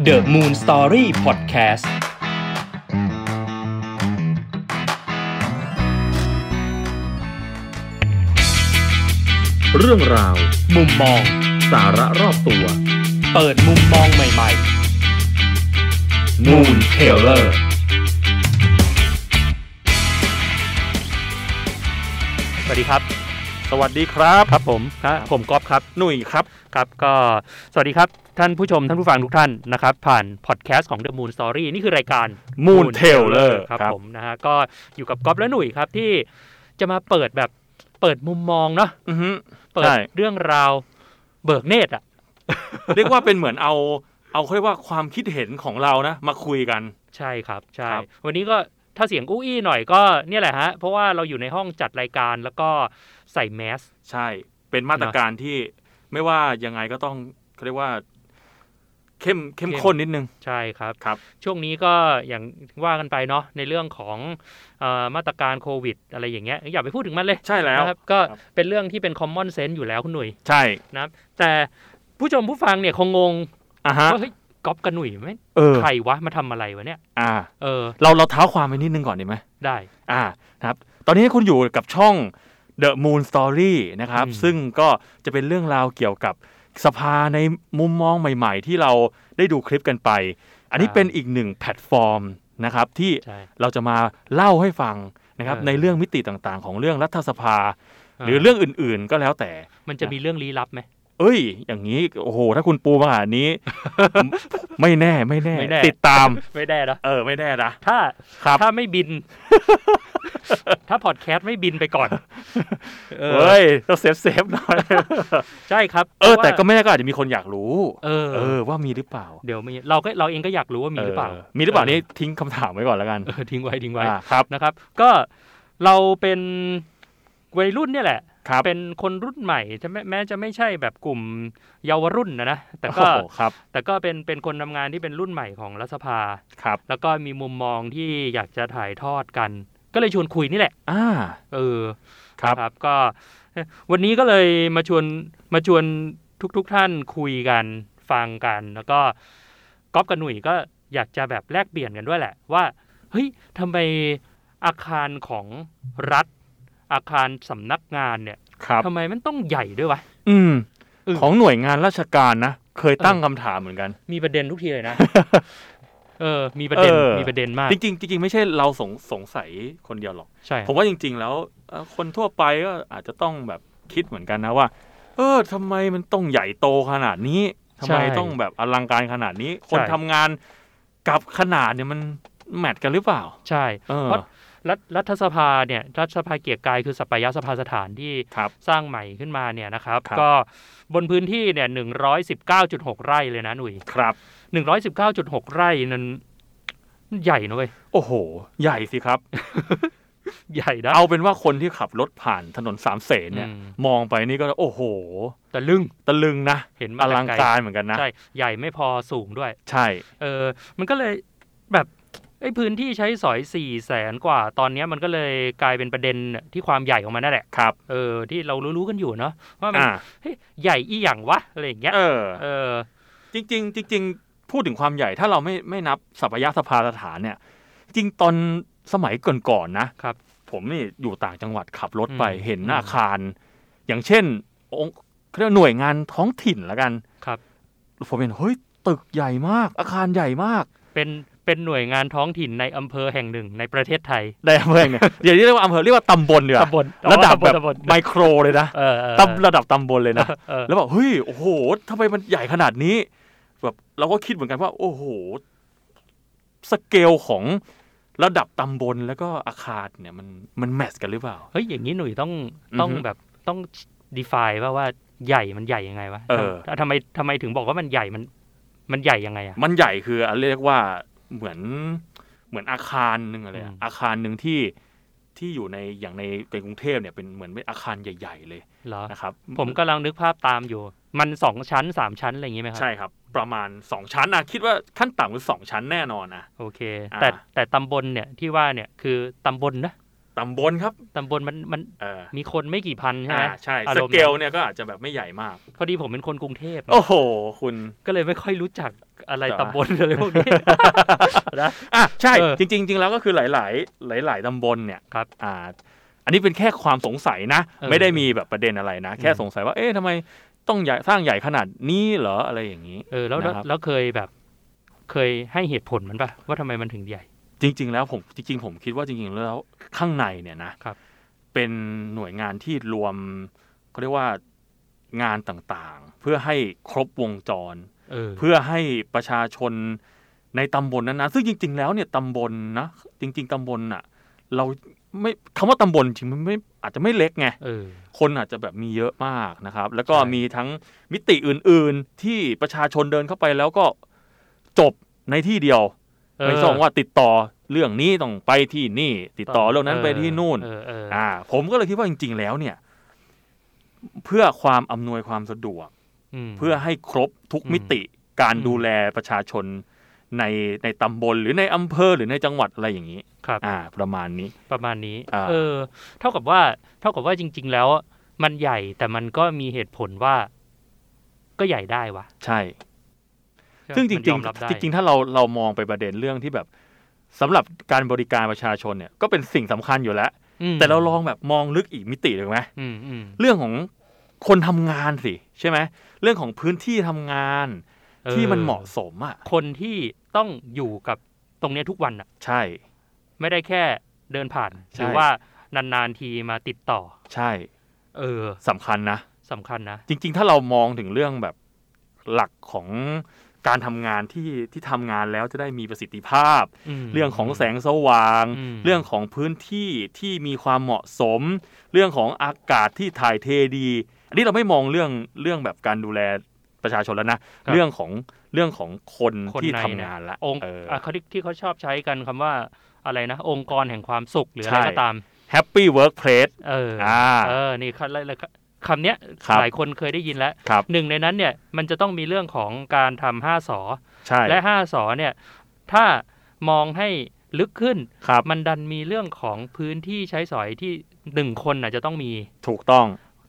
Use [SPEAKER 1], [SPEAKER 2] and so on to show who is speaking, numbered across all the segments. [SPEAKER 1] The Moon Story Podcast
[SPEAKER 2] เรื่องราว
[SPEAKER 1] มุมมอง
[SPEAKER 2] สาระรอบตัว
[SPEAKER 1] เปิดมุมมองใหม่ ๆ Moon Taylor
[SPEAKER 3] สวัสดีครับ สวัสดีครับ
[SPEAKER 4] ครับผม
[SPEAKER 3] ครับผมก๊อฟครับ
[SPEAKER 4] หนุ่ยครับ
[SPEAKER 3] ครับก็สวัสดีครับ ท่านผู้ชมท่านผู้ฟังทุกท่านนะครับ ผ่านพอดแคสต์ของ The Moon Story นี่คือรายการ
[SPEAKER 4] Moon Tailor
[SPEAKER 3] ครับผมนะฮะก็อยู่กับก๊อฟและหนุ่ยครับที่จะมาเปิดแบบเปิดมุมมองเนาะ
[SPEAKER 4] อือฮึ
[SPEAKER 3] เปิด
[SPEAKER 4] ใช่
[SPEAKER 3] เรื่องราวเบิกเนตรอ่ะ
[SPEAKER 4] เรียกว่าเป็นเหมือนเอา เอาเขาเรียกว่าความคิดเห็นของเรานะ มาคุยกัน
[SPEAKER 3] ใช่ครับใช่
[SPEAKER 4] ครับ
[SPEAKER 3] วันนี้ก็ถ้าเสียงอู้อี้หน่อยก็เนี่ยแหละฮะ เพราะว่าเราอยู่ในห้องจัดรายการแล้วก็ใส่แมส
[SPEAKER 4] ใช่ เป็นมาตรการที่ไม่ว่ายังไงก็ต้องเขาเรียกว่า เข้มเข้ม
[SPEAKER 3] เข้ม
[SPEAKER 4] ข้นนิดนึง
[SPEAKER 3] ใช่ครับ
[SPEAKER 4] ครับ
[SPEAKER 3] ช่วงนี้ก็อย่างว่ากันไปเนาะในเรื่องของเออมาตรการโควิด อะไรอย่างเงี้ยอย่าไปพูดถึงมันเลย
[SPEAKER 4] ใช่แล้ว
[SPEAKER 3] นะครับก็
[SPEAKER 4] ครับ
[SPEAKER 3] เป็นเรื่องที่เป็นคอมมอนเซนส์อยู่แล้วคุณหนุ่ย
[SPEAKER 4] ใช่
[SPEAKER 3] นะครับแต่ผู้ชมผู้ฟังเนี่ยคงงง
[SPEAKER 4] อ่ะฮะ
[SPEAKER 3] ว่าเฮ้ยก๊อปกับหนุ่ยไม่ง
[SPEAKER 4] เออ
[SPEAKER 3] ใครวะมาทำอะไรวะเนี่ย
[SPEAKER 4] อ่า
[SPEAKER 3] เออ
[SPEAKER 4] เราเราเท้าความไปนิดนึงก่อนดีไหม
[SPEAKER 3] ได้
[SPEAKER 4] อ่านะครับ ตอนนี้คุณอยู่กับช่อง The Moon Story นะครับ ซึ่งก็จะเป็นเรื่องราวเกี่ยวกับสภาในมุมมองใหม่ ๆ ที่เราได้ดูคลิปกันไป อันนี้เป็นอีกหนึ่งแพลตฟอร์มนะครับที่
[SPEAKER 3] ใช่
[SPEAKER 4] เราจะมาเล่าให้ฟังนะครับ
[SPEAKER 3] เออ
[SPEAKER 4] ในเรื่องมิติต่างๆ ของเรื่องรัฐสภา หรือเรื่องอื่นๆก็แล้วแต่
[SPEAKER 3] มันจะมีเรื่องลี้ลับไหม
[SPEAKER 4] เอ้ย อย่างนี้โอ้โหถ้าคุณปูมาขนาดนี้ ไม่แน่ไม่แน่
[SPEAKER 3] ไม่แน่
[SPEAKER 4] ติดตาม
[SPEAKER 3] ไม่ได้นะ
[SPEAKER 4] เออไม่แน่นะ
[SPEAKER 3] ถ้า
[SPEAKER 4] ครับ
[SPEAKER 3] ถ้าไม่บิน ถ้าพอดแคสต์ไม่บินไปก่อนเออ
[SPEAKER 4] เอ้ยเราเซฟเซฟหน่อย
[SPEAKER 3] ใช่ครับ
[SPEAKER 4] เออ
[SPEAKER 3] พราะว่า
[SPEAKER 4] แต่ก็ไม่แน่ก็อาจจะมีคนอยากรู้
[SPEAKER 3] เออ
[SPEAKER 4] เออว่ามีหรือเปล่า
[SPEAKER 3] เดี๋ยวมีเราก็เราเองก็อยากรู้ว่ามีหรือเปล่า
[SPEAKER 4] มีหรือเปล่า
[SPEAKER 3] เออ
[SPEAKER 4] นี่ทิ้งคำถามไว้ก่อนแล้วกัน
[SPEAKER 3] เอ อทิ้งไว้ทิ้งไว้
[SPEAKER 4] อ่าครับ
[SPEAKER 3] นะครับ ก็เราเป็นวัยรุ่นเนี่ยแหละ
[SPEAKER 4] ครับ
[SPEAKER 3] เป็นคนรุ่นใหม่จะแม้แม้จะไม่ใช่แบบกลุ่มเยาวรุ่นนะนะแต่
[SPEAKER 4] โอ้
[SPEAKER 3] ก็
[SPEAKER 4] โหครับ
[SPEAKER 3] แต่ก็เป็นเป็นคนทำงานที่เป็นรุ่นใหม่ของรัฐสภา
[SPEAKER 4] ครับ
[SPEAKER 3] แล้วก็มีมุมมองที่อยากจะถ่ายทอดกัน ก็เลยชวนคุยนี่แหละ
[SPEAKER 4] อ่า
[SPEAKER 3] เออ
[SPEAKER 4] ครับ
[SPEAKER 3] นะครับ ก็วันนี้ก็เลยมาชวนมาชวนทุกทุกๆท่านคุยกันฟังกัน แล้วก็ก๊อฟกับหนุ่ยก็อยากจะแบบแลกเปลี่ยนกันด้วยแหละ ว่าเฮ้ยทำไมอาคารของรัฐ อาคารสำนักงานเนี่ย
[SPEAKER 4] ครับ
[SPEAKER 3] ทำไมมันต้องใหญ่ด้วยวะ
[SPEAKER 4] อืม
[SPEAKER 3] เออ
[SPEAKER 4] ของหน่วยงานราชการนะเคยตั้ง
[SPEAKER 3] เออ
[SPEAKER 4] คำถามเหมือนกัน
[SPEAKER 3] มีประเด็นทุกที เลยนะ เออ มีประเด็น
[SPEAKER 4] เออ
[SPEAKER 3] มีประเด็นมาก
[SPEAKER 4] จริงๆจริงๆไม่ใช่เราสงสงสัยคนเดียวหรอก
[SPEAKER 3] ใช่
[SPEAKER 4] ผมว่าจริง ๆ แล้วเอ่อคนทั่วไปก็อาจจะต้องแบบคิดเหมือนกันนะว่า เออทำไมมันต้องใหญ่โตขนาดนี้ทำไมต้องแบบอลังการขนาดนี้ คนทำงานกับขนาดเนี่ยมันแมทกันหรือเปล่า
[SPEAKER 3] ใช่
[SPEAKER 4] เออ
[SPEAKER 3] เพราะ รัฐรัฐสภาเนี่ยรัฐสภาเกียรติกายคือสัปยสภาสถานที่
[SPEAKER 4] ครับ
[SPEAKER 3] สร้างใหม่ขึ้นมาเนี่ยนะครับ
[SPEAKER 4] ครับ
[SPEAKER 3] ก็บนพื้นที่เนี่ยหนึ่งร้อยสิบเก้าจุดหกไร่เลยนะหนุ่ย
[SPEAKER 4] ครับ
[SPEAKER 3] หนึ่งร้อยสิบเก้าจุดหกไร่นั้นใหญ่นะเว้ย
[SPEAKER 4] โอ้โห ใหญ่สิครับ
[SPEAKER 3] ใหญ่นะ
[SPEAKER 4] เอาเป็นว่าคนที่ขับรถผ่านถนนสามเสนเนี่ย
[SPEAKER 3] อืม
[SPEAKER 4] มองไปนี่ก็โอ้โห
[SPEAKER 3] แต่ลึง
[SPEAKER 4] ตะลึงนะ
[SPEAKER 3] เห็น
[SPEAKER 4] อ
[SPEAKER 3] มาแต่
[SPEAKER 4] ลัง
[SPEAKER 3] ไ
[SPEAKER 4] การเหมือนกันนะ
[SPEAKER 3] ใช่ใหญ่ไม่พอสูงด้วย
[SPEAKER 4] ใช่
[SPEAKER 3] เออมันก็เลยแบบไอ้พื้นที่ใช้สอยสี่แสนกว่า ตอนเนี้ยมันก็เลยกลายเป็นประเด็นที่ความใหญ่ของมันนั่นแหละ
[SPEAKER 4] ครับ
[SPEAKER 3] เออที่เรารู้ๆกันอยู่เนาะว่ามัน
[SPEAKER 4] อ่า
[SPEAKER 3] เฮ้ยใหญ่อีหยังวะอะไรอย่างเงี้ย
[SPEAKER 4] เออ
[SPEAKER 3] เออ
[SPEAKER 4] จริงๆจริงๆพูดถึงความใหญ่ถ้าเราไม่ไม่นับสัพยสภาสถานเนี่ย จริงตอนสมัยก่อนๆนะครับ ผมนี่อยู่ต่างจังหวัดขับรถไป
[SPEAKER 3] อืม
[SPEAKER 4] เห็น
[SPEAKER 3] อืม
[SPEAKER 4] อาคาร อย่างเช่นองค์เขาเรียกว่าหน่วยงานท้องถิ่นละกัน
[SPEAKER 3] ครับ
[SPEAKER 4] ผมเห็นเฮ้ยตึกใหญ่มาก อาคารใหญ่มาก
[SPEAKER 3] เป็นเป็นหน่วยงานท้องถิ่นในอำเภอแห่งหนึ่งในประเทศไทย
[SPEAKER 4] ในอำเภอเนี่ยเดี๋ยวนี้เรียกว่าอำเภอเรียกว่าตำบลเดียวา
[SPEAKER 3] ตำบล
[SPEAKER 4] ระดับแบบ
[SPEAKER 3] ตำล
[SPEAKER 4] ไมโครเลยนะ
[SPEAKER 3] เออเออ
[SPEAKER 4] ตำระดับตำบลเลยนะ
[SPEAKER 3] เออ
[SPEAKER 4] แล้วบอกเฮ้ยโอ้โหทำไมมันใหญ่ขนาดนี้แบบเราก็คิดเหมือนกันว่า โอ้โห สเกลของระดับตำบลแล้วก็อาคารเนี่ยมันมันแมทช์กันหรือเปล่า
[SPEAKER 3] เฮ้ยอย่างนี้หนุ่ยต้องต้อง
[SPEAKER 4] อือฮึ
[SPEAKER 3] แบบต้อง define ว่าว่าใหญ่มันใหญ่ยังไงวะ
[SPEAKER 4] เออ
[SPEAKER 3] ทำทำไมทำไมถึงบอกว่ามันใหญ่มันมันใหญ่ยังไงอะ
[SPEAKER 4] มันใหญ่คืออ่ะเรียกว่าเหมือนเหมือนอาคารหนึ่งอะไร
[SPEAKER 3] อื
[SPEAKER 4] อะ
[SPEAKER 3] ม
[SPEAKER 4] อาคารหนึ่งที่ที่อยู่ในอย่างในในกรุงเทพเนี่ยเป็นเหมือนเป็นอาคารใหญ่ ๆ เลย
[SPEAKER 3] เหรอ
[SPEAKER 4] นะครับ
[SPEAKER 3] ผมกำลังนึกภาพตามอยู่ มันสองชั้นสามชั้นอะไรอย่างนี้ไหมครับ
[SPEAKER 4] ใช่ครับ ประมาณสองชั้นนะคิดว่าขั้นต่ำคือสองชั้นแน่นอนนะ
[SPEAKER 3] โอเค
[SPEAKER 4] อ่า
[SPEAKER 3] แต่แต่ตำบลเนี่ยที่ว่าเนี่ยคือตำบลนะ
[SPEAKER 4] ตำบลครับ
[SPEAKER 3] ตำบลมันมัน
[SPEAKER 4] เออ
[SPEAKER 3] มีคนไม่กี่พันใช่ไหม
[SPEAKER 4] อ่าใช่
[SPEAKER 3] อา
[SPEAKER 4] ส
[SPEAKER 3] รมณ์
[SPEAKER 4] เกลเนี่ยก็อาจจะแบบไม่ใหญ่มาก
[SPEAKER 3] พอดีผมเป็นคนกรุงเทพ
[SPEAKER 4] โอ้โห คุณ
[SPEAKER 3] ก็เลยไม่ค่อยรู้จักอะไร
[SPEAKER 4] จ้ะ
[SPEAKER 3] ตำบลอะไรพวกนี้ นะ
[SPEAKER 4] อ่ะใช่
[SPEAKER 3] เออ
[SPEAKER 4] จริงๆจริงๆแล้วก็คือหลาย ๆ หลาย ๆตำบลเนี่ย
[SPEAKER 3] ครับ
[SPEAKER 4] อ่า อันนี้เป็นแค่ความสงสัยนะ
[SPEAKER 3] เออ
[SPEAKER 4] ไม่ได้มีแบบประเด็นอะไรนะ แค่
[SPEAKER 3] อืม
[SPEAKER 4] สงสัยว่าเอ๊ะทำไมต้องใหญ่สร้างใหญ่ขนาดนี้เหรออะไรอย่างนี้
[SPEAKER 3] เออแล้วแล้ว
[SPEAKER 4] นะครับ
[SPEAKER 3] แล้วเคยแบบ เคยให้เหตุผลมันปะว่าทำไมมันถึงใหญ่
[SPEAKER 4] จริง ๆ แล้วผมจริง ๆ ผมคิดว่าจริง ๆ แล้วข้างในเนี่ยนะครับ เป็นหน่วยงานที่รวมเขาเรียกว่างานต่างๆ เพื่อให้ครบวงจร
[SPEAKER 3] เออ
[SPEAKER 4] เพื่อให้ประชาชนในตำบลนั้นๆซึ่งจริง ๆ แล้วเนี่ยตำบลนะจริง ๆตำบลน่ะ เราไม่คำว่าตำบลจริงมันไม่อาจจะไม่เล็กไง
[SPEAKER 3] เออ
[SPEAKER 4] คนอาจจะแบบมีเยอะมากนะครับ แล้วก็
[SPEAKER 3] ใช่
[SPEAKER 4] มีทั้งมิติอื่น ๆ ที่ประชาชนเดินเข้าไปแล้วก็จบในที่เดียว
[SPEAKER 3] เอ
[SPEAKER 4] ไม่ต้องว่าติดต่อเรื่องนี้ต้องไปที่นี่ ติดต่อเรื่องนั้นไปที่นู่น
[SPEAKER 3] เออเออเออ
[SPEAKER 4] อ่า ผมก็เลยคิดว่าจริง ๆ แล้วเนี่ย เพื่อความอำนวยความสะดวก
[SPEAKER 3] ม
[SPEAKER 4] เพื่อให้ครบทุก
[SPEAKER 3] อืม
[SPEAKER 4] มิติการ
[SPEAKER 3] อืม
[SPEAKER 4] ดูแลประชาชนในในตำบลหรือในอำเภอหรือในจังหวัดอะไรอย่างนี้
[SPEAKER 3] ครับ
[SPEAKER 4] อ่า ประมาณนี้
[SPEAKER 3] ประมาณนี้
[SPEAKER 4] อ่า
[SPEAKER 3] เออ เท่ากับว่า เท่ากับว่าจริง ๆ แล้วมันใหญ่แต่มันก็มีเหตุผลว่า ก็ใหญ่ได้วะ
[SPEAKER 4] ใช่ ซึ่งจ
[SPEAKER 3] มัน
[SPEAKER 4] ริ
[SPEAKER 3] ยอ
[SPEAKER 4] ง
[SPEAKER 3] มบได้
[SPEAKER 4] ๆจริงๆถ้าเราเรามองไปประเด็นเรื่องที่แบบสำหรับการบริการประชาชนเนี่ยก็เป็นสิ่งสำคัญอยู่แล้ว
[SPEAKER 3] อืม
[SPEAKER 4] แต่เราลองแบบมองลึกอีกมิติถูกไหม
[SPEAKER 3] อืมอืม
[SPEAKER 4] เรื่องของคนทำงานสิ ใช่ไหมเรื่องของพื้นที่ทำงาน
[SPEAKER 3] ออ
[SPEAKER 4] ที่มันเหมาะสมอ่ะ
[SPEAKER 3] คนที่ต้องอยู่กับตรงเนี้ยทุกวันอ่ะ
[SPEAKER 4] ใช่
[SPEAKER 3] ไม่ได้แค่เดินผ่าน
[SPEAKER 4] ใช่
[SPEAKER 3] หรือว่านานๆทีมาติดต่อ
[SPEAKER 4] ใช่
[SPEAKER 3] เออ
[SPEAKER 4] สำคัญนะ
[SPEAKER 3] สำคัญนะ
[SPEAKER 4] จริง ๆ ถ้าเรามองถึงเรื่องแบบหลักของการทำงานที่ที่ทำงานแล้วจะได้มีประสิทธิภาพ
[SPEAKER 3] ม
[SPEAKER 4] เรื่องของแสงสว่าง
[SPEAKER 3] อืม
[SPEAKER 4] เรื่องของพื้นที่ที่มีความเหมาะสม เรื่องของอากาศที่ถ่ายเทดี อันนี้เราไม่มองเรื่องเรื่องแบบการดูแลประชาชนแล้วนะ เรื่องของเรื่องของคน
[SPEAKER 3] คน
[SPEAKER 4] ที่
[SPEAKER 3] ใน
[SPEAKER 4] ทำ
[SPEAKER 3] เย
[SPEAKER 4] งานละ
[SPEAKER 3] องค์
[SPEAKER 4] เออ
[SPEAKER 3] ะเขาที่ที่เขาชอบใช้กันคำว่าอะไรนะ องค์กรแห่งความสุขหรืออะไร
[SPEAKER 4] ใช่
[SPEAKER 3] ก็ตาม
[SPEAKER 4] Happy Workplace
[SPEAKER 3] เอออาเออนี่คำแล้วคำเนี้ย
[SPEAKER 4] ครับ
[SPEAKER 3] หลายคนเคยได้ยินแล้ว
[SPEAKER 4] ครับ
[SPEAKER 3] หนึ่งในนั้นเนี่ยมันจะต้องมีเรื่องของการทำห้าสอ
[SPEAKER 4] ใช่
[SPEAKER 3] และห้าสอเนี่ยถ้ามองให้ลึกขึ้น
[SPEAKER 4] ครับ
[SPEAKER 3] มันดันมีเรื่องของพื้นที่ใช้สอยที่หนึ่งคนอาจจะต้องมี
[SPEAKER 4] ถูกต้อง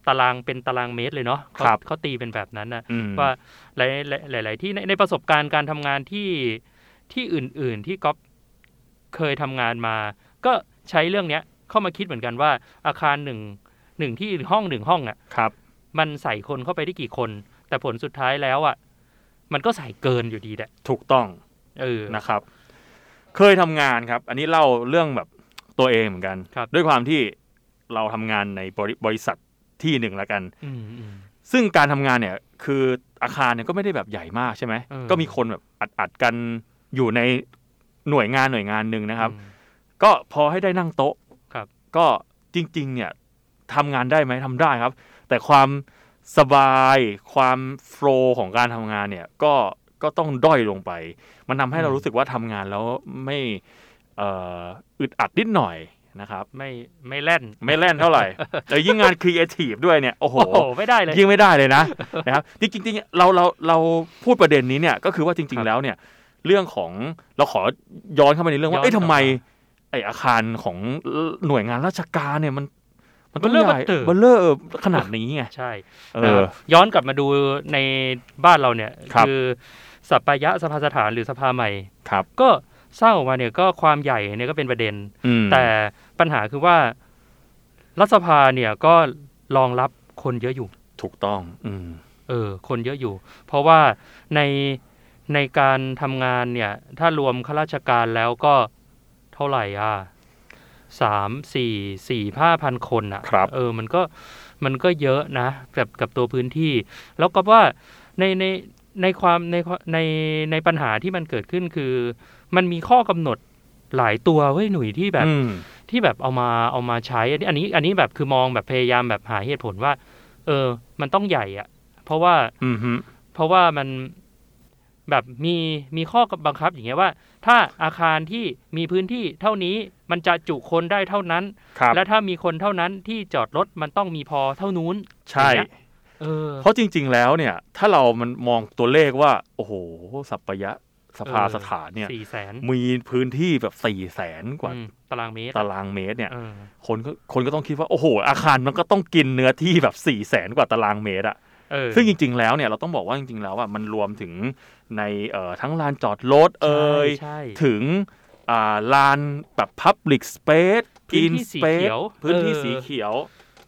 [SPEAKER 3] ตารางเป็นตารางเมตรเลยเนาะเขา
[SPEAKER 4] ครับ
[SPEAKER 3] เขาตีเป็นแบบนั้นนะ
[SPEAKER 4] อืม
[SPEAKER 3] ว่าหลายหลายหลายที่ในในประสบการณ์การทำงานที่ที่อื่น ๆ ที่ก๊อฟเคยทำงานมา ก็ใช้เรื่องเนี้ยเข้ามาคิดเหมือนกันว่า อาคารหนึ่งหนึ่งที่หรือห้องหนึ่งห้องอ่ะ
[SPEAKER 4] ครับ
[SPEAKER 3] มันใส่คนเข้าไปได้กี่คน แต่ผลสุดท้ายแล้วอ่ะมันก็ใส่เกินอยู่ดีแหละ
[SPEAKER 4] ถูกต้อง
[SPEAKER 3] เออ
[SPEAKER 4] นะครับ เคยทำงานครับ อันนี้เล่าเรื่องแบบตัวเองเหมือนกัน
[SPEAKER 3] ครับ
[SPEAKER 4] ด้วยความที่เราทำงานในบริบริษัทที่หนึ่งละกัน
[SPEAKER 3] อืมอืม
[SPEAKER 4] ซึ่งการทำงานเนี่ย คืออาคารเนี่ยก็ไม่ได้แบบใหญ่มากใช่ไหม
[SPEAKER 3] เออ
[SPEAKER 4] ก็มีคนแบบอัดอัดๆกันอยู่ในหน่วยงานหน่วยงานหนึ่งนะครับ
[SPEAKER 3] อืม
[SPEAKER 4] ก็พอให้ได้นั่งโต๊ะ
[SPEAKER 3] ครับ
[SPEAKER 4] ก็จริง ๆ เนี่ยทำงานได้ไหมทำได้ครับ แต่ความสบายความโฟลว์ของการทำงานเนี่ยก็ก็ต้องด้อยลงไป มันทำให้เรารู้สึกว่าทำงานแล้วไม่เอ่ออึดอัดนิดหน่อยนะครับ
[SPEAKER 3] ไม่ไม่แล่น
[SPEAKER 4] ไม่แล่นเท่า ไหร่ แต่ยิ่งงานครีเอทีฟด้วยเนี่ยโอ้โห
[SPEAKER 3] โอ้โหไม่ได้เลย
[SPEAKER 4] ยิ่งไม่ได้เลย นะ นะครับจริงๆจริงๆเราเราเราพูดประเด็นนี้เนี่ยก็คือว่าจริ
[SPEAKER 3] ครั
[SPEAKER 4] ง
[SPEAKER 3] บ
[SPEAKER 4] ๆแล้วเนี่ยเรื่องของเราขอย้อนเข้าไปในเรื่องว่า
[SPEAKER 3] ย้อน
[SPEAKER 4] เอ้ย
[SPEAKER 3] กลับ
[SPEAKER 4] ทำ
[SPEAKER 3] มา
[SPEAKER 4] ไมไออาคารของหน่วยงานราชการเนี่ยมันมันต้อง
[SPEAKER 3] เบลอ
[SPEAKER 4] ใหญ่
[SPEAKER 3] เบลอ
[SPEAKER 4] เบลเลอร์ขนาดนี้ไง
[SPEAKER 3] ใช่
[SPEAKER 4] เอ
[SPEAKER 3] นะค
[SPEAKER 4] อ
[SPEAKER 3] รับย้อนกลับมาดูในบ้านเราเนี่ย
[SPEAKER 4] ครับ
[SPEAKER 3] อสัปปายะสภาสถานหรือสภาใหม่
[SPEAKER 4] ครับ
[SPEAKER 3] ก็สร้างออกมาเนี่ยก็ความใหญ่เนี่ยก็เป็นประเด็น
[SPEAKER 4] อืม
[SPEAKER 3] แต่ปัญหาคือว่ารัฐสภาเนี่ยก็รองรับคนเยอะอยู่
[SPEAKER 4] ถูกต้อง อืม
[SPEAKER 3] เออ คนเยอะอยู่ เพราะว่าในในการทำงานเนี่ย ถ้ารวมข้าราชการแล้วก็เท่าไหร่อ่ะสามสี่สี่ห้าพันคนอ่ะ
[SPEAKER 4] ครับ
[SPEAKER 3] เออ มันก็ มันก็เยอะนะ กับกับตัวพื้นที่ แล้วก็ว่าในในในความในในในปัญหาที่มันเกิดขึ้นคือ มันมีข้อกำหนดหลายตัวเว้ยหนุ่ยที่แบบ
[SPEAKER 4] อืม
[SPEAKER 3] ที่แบบเอามาเอามาใช้อันนี้อันนี้อันนี้แบบคือมองแบบพยายามแบบหาเหตุผลว่า เออ มันต้องใหญ่อะเพราะว่า
[SPEAKER 4] อืมฮึ
[SPEAKER 3] เพราะว่ามันแบบมีมีข้อบังคับอย่างเงี้ยว่า ถ้าอาคารที่มีพื้นที่เท่านี้มันจะจุคนได้เท่านั้น
[SPEAKER 4] ครับ
[SPEAKER 3] และถ้ามีคนเท่านั้นที่จอดรถมันต้องมีพอเท่านู้นอ
[SPEAKER 4] ใช่
[SPEAKER 3] ย่างเงี้ย เออ
[SPEAKER 4] เพราะจริง ๆ แล้วเนี่ย ถ้าเรามันมองตัวเลขว่า โอ้โหสัปปายะ สภาสถานเนี่ย
[SPEAKER 3] สี่แสน
[SPEAKER 4] มีพื้นที่แบบสี่แสนกว่า
[SPEAKER 3] อืมตารางเมตร
[SPEAKER 4] ตารางเมตรเนี่ย
[SPEAKER 3] เออ
[SPEAKER 4] คนก็คนก็ต้องคิดว่าโอ้โห อาคารมันก็ต้องกินเนื้อที่แบบ4ี่แสนกว่าตารางเมตรอะ
[SPEAKER 3] เออ
[SPEAKER 4] ซึ่งจริง ๆ แล้วเนี่ยเราต้องบอกว่าจริง ๆ แล้วอะมันรวมถึงในเอ่อทั้งลานจอดรถเอ่ย
[SPEAKER 3] ใช่ใช่
[SPEAKER 4] ถึงอ่าลานแบบ Public Space
[SPEAKER 3] พื้นที่สีเขียว
[SPEAKER 4] พื้นที่สีเขียว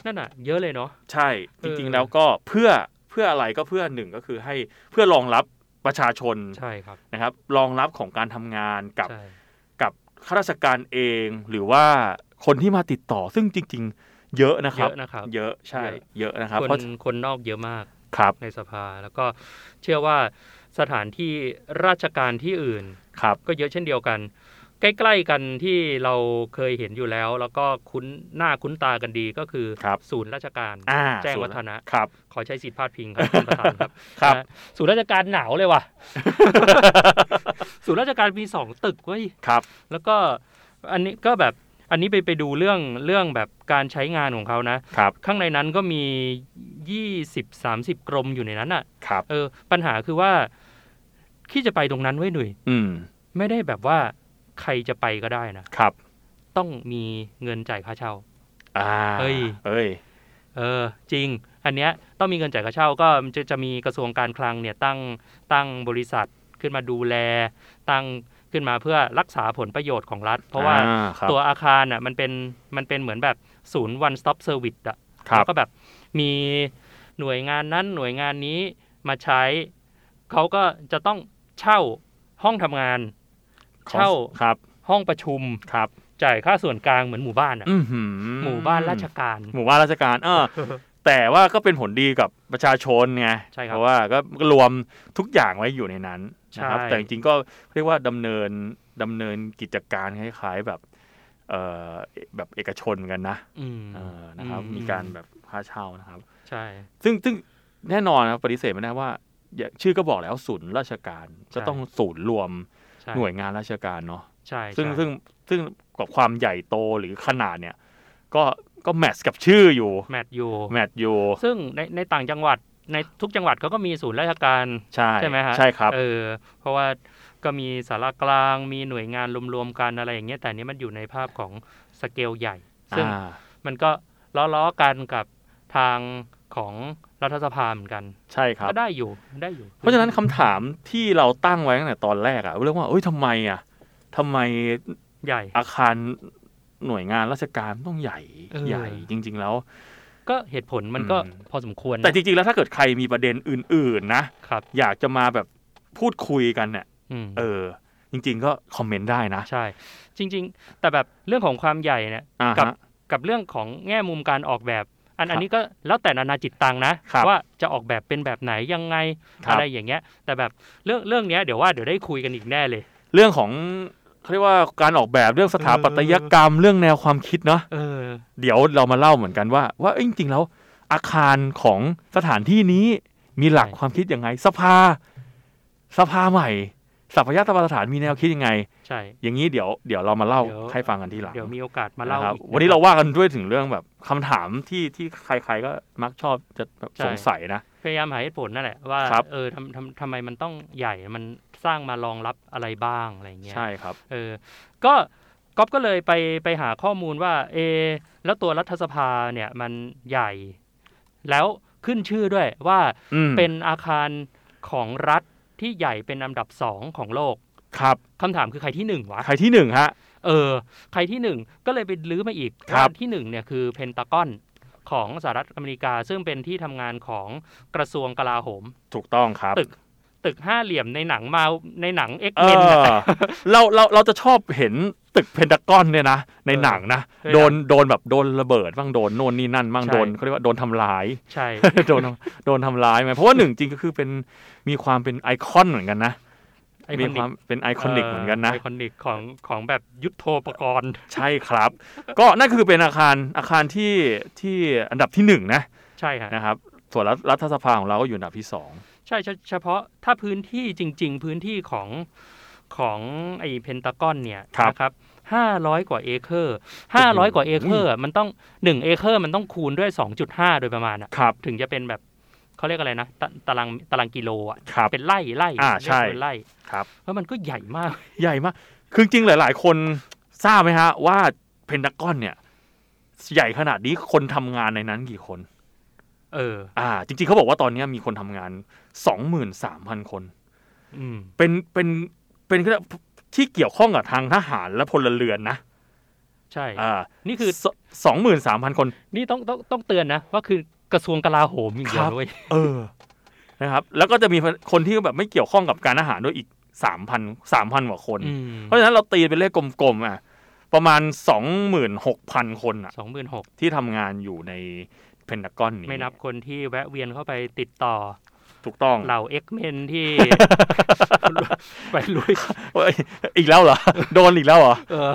[SPEAKER 3] นั่นน่ะ เยอะเลยเนาะ
[SPEAKER 4] ใช่จริง ๆ แล้วก็เพื่อเพื่ออะไรก็เพื่อหนึ่งก็คือให้เพื่อรองรับประชาชน
[SPEAKER 3] ใช่ครับ
[SPEAKER 4] นะครับรองรับของการทำงานกับ
[SPEAKER 3] ใช่
[SPEAKER 4] กับข้าราชการเองหรือว่าคนที่มาติดต่อซึ่งจริง ๆ เยอะนะค
[SPEAKER 3] เย
[SPEAKER 4] รับ
[SPEAKER 3] อะนะครับ
[SPEAKER 4] เยอะใช่
[SPEAKER 3] เยอะ
[SPEAKER 4] เยอะนะครับ
[SPEAKER 3] คน
[SPEAKER 4] เพราะ
[SPEAKER 3] คนนอกเยอะมาก
[SPEAKER 4] ครับ
[SPEAKER 3] ในสภา แล้วก็เชื่อว่าสถานที่ราชการที่อื่น
[SPEAKER 4] ครับ
[SPEAKER 3] ก็เยอะเช่นเดียวกัน ใกล้ๆกันที่เราเคยเห็นอยู่แล้ว แล้วก็คุ้นหน้าคุ้นตากันดีก็คือ
[SPEAKER 4] ครับ
[SPEAKER 3] ศูนย์ราชการ
[SPEAKER 4] อ่า
[SPEAKER 3] แจ้ง
[SPEAKER 4] ส่
[SPEAKER 3] วัฒนะ
[SPEAKER 4] ครับ
[SPEAKER 3] ขอใช้สิทธิพาดพิงครับท่านประธานครับ
[SPEAKER 4] ครับ
[SPEAKER 3] นะศูนย์ราชการหนาวเลยว่ะ ศูนย์ราชการมีสองตึกเว้ย
[SPEAKER 4] ครับ
[SPEAKER 3] แล้วก็อันนี้ก็แบบอันนี้ไปไปดูเรื่องเรื่องแบบการใช้งานของเขานะ
[SPEAKER 4] ครับ
[SPEAKER 3] ข้างในนั้นก็มี 20-30 กรมอยู่ในนั้นอ่ะ
[SPEAKER 4] ครับ
[SPEAKER 3] เออปัญหาคือว่าที่จะไปตรงนั้นไว้ยหนุ่ย
[SPEAKER 4] อืม
[SPEAKER 3] ไม่ได้แบบว่าใครจะไปก็ได้นะ
[SPEAKER 4] ครับ
[SPEAKER 3] ต้องมีเงินจ่ายค่าเช่า
[SPEAKER 4] อ่า
[SPEAKER 3] เอ้ย
[SPEAKER 4] เอ้ย
[SPEAKER 3] เออจริง อันเนี้ยต้องมีเงินจ่ายค่าเช่าก็จะจะมีกระทรวงการคลังเนี่ยตั้งตั้งบริษัทขึ้นมาดูแล ตั้งขึ้นมาเพื่อรักษาผลประโยชน์ของรัฐ เพราะว่า
[SPEAKER 4] อ่ครับ
[SPEAKER 3] ตัวอาคารอ่ะมันเป็นมันเป็นเหมือนแบบศูนย์ one stop service อ่ะ
[SPEAKER 4] ครั
[SPEAKER 3] แล้
[SPEAKER 4] บ
[SPEAKER 3] วก็แบบมีหน่วยงานนั้นหน่วยงานนี้มาใช้เขาก็จะต้องเช่าห้องทำงาน
[SPEAKER 4] ขอ
[SPEAKER 3] เช่า
[SPEAKER 4] ครับ
[SPEAKER 3] ห้องประชุม
[SPEAKER 4] ครับ
[SPEAKER 3] จ่ายค่าส่วนกลางเหมือนหมู่บ้านอ่ะ
[SPEAKER 4] อือหือ
[SPEAKER 3] หมู่บ้านราชการ
[SPEAKER 4] หมู่บ้านราชการเออแต่ว่าก็เป็นผลดีกับประชาชนไง
[SPEAKER 3] ใช่ครับ
[SPEAKER 4] เพราะว่าก็รวมทุกอย่างไว้อยู่ในนั้นนะครับ
[SPEAKER 3] ใช่
[SPEAKER 4] แต่จริงๆก็เรียกว่าดำเนินดำเนินกิจการคล้ายๆแบบเอ่อแบบเอกชนเหมือนกันนะ
[SPEAKER 3] อืม
[SPEAKER 4] เออนะครับ
[SPEAKER 3] อืม
[SPEAKER 4] มีการแบบค่าเช่านะครับ
[SPEAKER 3] ใช่
[SPEAKER 4] ซึ่งซึ่งแน่นอนนะครับปฏิเสธไม่ได้ว่าอย่างชื่อก็บอกแล้วศูนย์ราชการก็ต้องศูนย์รวม
[SPEAKER 3] ใช่
[SPEAKER 4] หน่วยงานราชการเนาะ
[SPEAKER 3] ใช่
[SPEAKER 4] ซึ่ง
[SPEAKER 3] ใช่
[SPEAKER 4] ซึ่งซึ่งกับความใหญ่โตหรือขนาดเนี่ย ก็ก็แมทช์กับชื่ออยู่
[SPEAKER 3] แมทยู
[SPEAKER 4] แมทช์อยู่
[SPEAKER 3] ซึ่งในในต่างจังหวัดในทุกจังหวัดเขาก็มีศูนย์ราชการ
[SPEAKER 4] ใช่
[SPEAKER 3] ใช่ไหมฮะ
[SPEAKER 4] ใช่ครับ
[SPEAKER 3] เออเพราะว่าก็มีสารากลางมีหน่วยงานรวมๆกันอะไรอย่างเงี้ยแต่อันนี้มันอยู่ในภาพของสเกลใหญ่ ซึ่ง
[SPEAKER 4] อ่า
[SPEAKER 3] มันก็ล้อๆกันกับทางของรัฐสภาเหมือนกัน
[SPEAKER 4] ใช่ครับ
[SPEAKER 3] ก็ได้อยู่ได้อยู่
[SPEAKER 4] เพราะฉะนั้นคำถามที่เราตั้งไว้ตั้งแต่ตอนแรกอะเรื่องว่าเอ้ยทำไมอะทำไม
[SPEAKER 3] ใหญ่
[SPEAKER 4] อาคารหน่วยงานราชการต้องใหญ่
[SPEAKER 3] เออ
[SPEAKER 4] ใหญ่จริง ๆ แล้ว
[SPEAKER 3] ก็เหตุผลมันก็
[SPEAKER 4] อืม
[SPEAKER 3] พอสมควรนะ
[SPEAKER 4] แต่จริง ๆ แล้วถ้าเกิดใครมีประเด็นอื่น ๆ นะ
[SPEAKER 3] ครับ
[SPEAKER 4] อยากจะมาแบบพูดคุยกันเนี่ย
[SPEAKER 3] อืม
[SPEAKER 4] เออ จริง ๆ ก็คอมเมนต์ได้นะ
[SPEAKER 3] ใช่ จริง ๆ แต่แบบเรื่องของความใหญ่เนี่ย
[SPEAKER 4] อ่า
[SPEAKER 3] กับ
[SPEAKER 4] ฮะ
[SPEAKER 3] กับเรื่องของแง่มุมการออกแบบ อัน
[SPEAKER 4] ครับ
[SPEAKER 3] อันนี้ก็แล้วแต่นานาจิตตังนะ
[SPEAKER 4] ครับ
[SPEAKER 3] ว่าจะออกแบบเป็นแบบไหนยังไง
[SPEAKER 4] ครับ
[SPEAKER 3] อะไรอย่างเงี้ย แต่แบบเรื่องเรื่องเนี้ยเดี๋ยวว่าเดี๋ยวได้คุยกันอีกแน่เลย
[SPEAKER 4] เรื่องของเขาเรียกว่าการออกแบบเรื่องสถาปัตยกรรมเรื่องแนวความคิดเนาะ
[SPEAKER 3] เออ
[SPEAKER 4] เดี๋ยวเรามาเล่าเหมือนกันว่า ว่าเอ้ยจริง ๆ แล้ว อาคารของสถานที่นี้มีหลัก
[SPEAKER 3] ใช่
[SPEAKER 4] ความคิดยังไง สภา สภาใหม่สัพยาตสถานมีแนวคิดยังไง
[SPEAKER 3] ใช่
[SPEAKER 4] อย่างนี้เดี๋ยวเดี๋ยวเรามาเล่า
[SPEAKER 3] เดี๋ยว
[SPEAKER 4] ให้ฟังกันทีหลัง
[SPEAKER 3] เดี๋ยวมีโอกาสมาเล่า
[SPEAKER 4] นะครับ
[SPEAKER 3] อีก
[SPEAKER 4] วันนี้เราว่ากันด้วยถึงเรื่องแบบคำถามที่ที่ใครๆก็มักชอบจะแบบสงสัยนะ
[SPEAKER 3] พยายามหาเหตุผลนั่นแหละว่า
[SPEAKER 4] ครับ
[SPEAKER 3] เออทำทำทำไมมันต้องใหญ่มันสร้างมารองรับอะไรบ้างอะไรอย่างเงี้ย
[SPEAKER 4] ใช่ครับ
[SPEAKER 3] เออก็ก๊อฟก็เลยไปไปหาข้อมูลว่าเออแล้วตัวรัฐสภาเนี่ยมันใหญ่ แล้วขึ้นชื่อด้วยว่า
[SPEAKER 4] อืม
[SPEAKER 3] เป็นอาคารของรัฐที่ใหญ่เป็นอันดับสองของโลก
[SPEAKER 4] ครับ
[SPEAKER 3] คำถามคือใครที่หนึ่งวะ
[SPEAKER 4] ใครที่หนึ่งฮะ
[SPEAKER 3] เออ ใครที่หนึ่งก็เลยไปลื้อมาอีก
[SPEAKER 4] ครับ
[SPEAKER 3] ว่าที่หนึ่งเนี่ยคือเพนตากอนของสหรัฐอเมริกา ซึ่งเป็นที่ทำงานของกระทรวงกลาโหม
[SPEAKER 4] ถูกต้องครับ
[SPEAKER 3] ตึก ตึกห้าเหลี่ยมในหนังมาในหนังเอ็ก
[SPEAKER 4] เอ
[SPEAKER 3] เมน
[SPEAKER 4] อเราเราเราจะชอบเห็นตึกเพนทากอนเนี่ยนะ ในหนังนะ
[SPEAKER 3] เออ
[SPEAKER 4] โดนโดนแบบโดนระเบิดบ้างโดนโน่นนี่นั่นบ้าง
[SPEAKER 3] ใช่
[SPEAKER 4] โดนเขาเรียกว่าโดนทำลาย
[SPEAKER 3] ใช่
[SPEAKER 4] โดนโดนทำลายไหมเพราะว่าหนึ่งจริงก็คือเป็นมีความเป็นไอคอนเหมือนกันนะมี
[SPEAKER 3] iconic
[SPEAKER 4] ความเป็นไอคอนิกเหมือนกันนะ
[SPEAKER 3] ไอคอนิกของของแบบยุทโธปกรณ์
[SPEAKER 4] ใช่ครับ ก็นั่นคือเป็นอาคารอาคารที่ที่อันดับที่หนึ่งนะ
[SPEAKER 3] ใช่ฮะ
[SPEAKER 4] นะครับส่วนรัฐรัฐสภาของเราก็อยู่อันดับที่สอง
[SPEAKER 3] ใช่เฉเฉพาะถ้าพื้นที่จริง ๆ พื้นที่ของของไอเพนตากอนเนี่ยนะครับห้าร้อยกว่าเอเคอร์ห้าร้อยกว่าเอเคอร์มันต้องหนึ่งเอเคอร์มันต้องคูณด้วยสองจุดห้าโดยประมาณอะ
[SPEAKER 4] ครับ
[SPEAKER 3] ถึงจะเป็นแบบ เขาเรียกอะไรนะตะตารางตารางกิโลอ่ะ
[SPEAKER 4] ครับ
[SPEAKER 3] เป็นไร่ไร่
[SPEAKER 4] อ่า
[SPEAKER 3] เรียกว่า
[SPEAKER 4] ใช่
[SPEAKER 3] เป็นไร่
[SPEAKER 4] ครับ
[SPEAKER 3] เพราะมันก็ใหญ่มาก
[SPEAKER 4] ใหญ่มาก คือจริงๆหลาย ๆ คนทราบไหมฮะ ว่าเพนทากอนเนี่ย ใหญ่ขนาดนี้คนทำงานในนั้นกี่คน
[SPEAKER 3] เออ
[SPEAKER 4] อ่า จริง ๆ เขาบอกว่าตอนนี้มีคนทำงาน 23,000 คน
[SPEAKER 3] อืม
[SPEAKER 4] เป็นเป็นเป็นที่เกี่ยวข้องกับทางทหารและพลเรือนนะ
[SPEAKER 3] ใช่
[SPEAKER 4] อ่า
[SPEAKER 3] นี่คือ
[SPEAKER 4] สองหมื่นสามพันคน
[SPEAKER 3] นี่ต้องต้องต้องเตือนนะว่าคือกระทรวงกลาโหมอย่างเดีย
[SPEAKER 4] ครั
[SPEAKER 3] ว
[SPEAKER 4] บ
[SPEAKER 3] ด้วย
[SPEAKER 4] เออ นะครับ แล้วก็จะมีคนที่แบบไม่เกี่ยวข้องกับการอาหารด้วยอีกสามพันสามพันกว่าคน
[SPEAKER 3] อืม
[SPEAKER 4] เพราะฉะนั้นเราตีเป็นเลขกลมๆอ่ะ ประมาณสองหมื่นหกพันคนอ่ะ
[SPEAKER 3] สองหมื่นหก
[SPEAKER 4] ที่ทำงานอยู่ในเพนทากอนนี้
[SPEAKER 3] ไม่นับคนที่แวะเวียนเข้าไปติดต่อ
[SPEAKER 4] ถูกต้อง
[SPEAKER 3] เหล่าเอ็กเมนที่ ไปลุย
[SPEAKER 4] เอ้ยอีกแล้วเหรอ โดนอีกแล้วเหรอ
[SPEAKER 3] เออ